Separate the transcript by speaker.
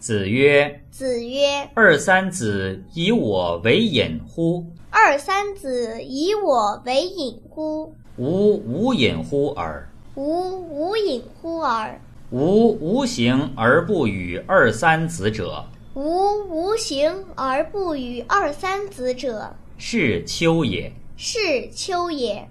Speaker 1: 子曰
Speaker 2: 子曰：“
Speaker 1: 二三子，以我为隐乎？：“
Speaker 2: 二三子，以我为隐乎？
Speaker 1: 吾无隐乎耳。
Speaker 2: 吾无隐乎耳。
Speaker 1: 吾无形而不与二三子者，
Speaker 2: 吾无形而不与二三子者，
Speaker 1: 是丘也。”
Speaker 2: 是丘也。”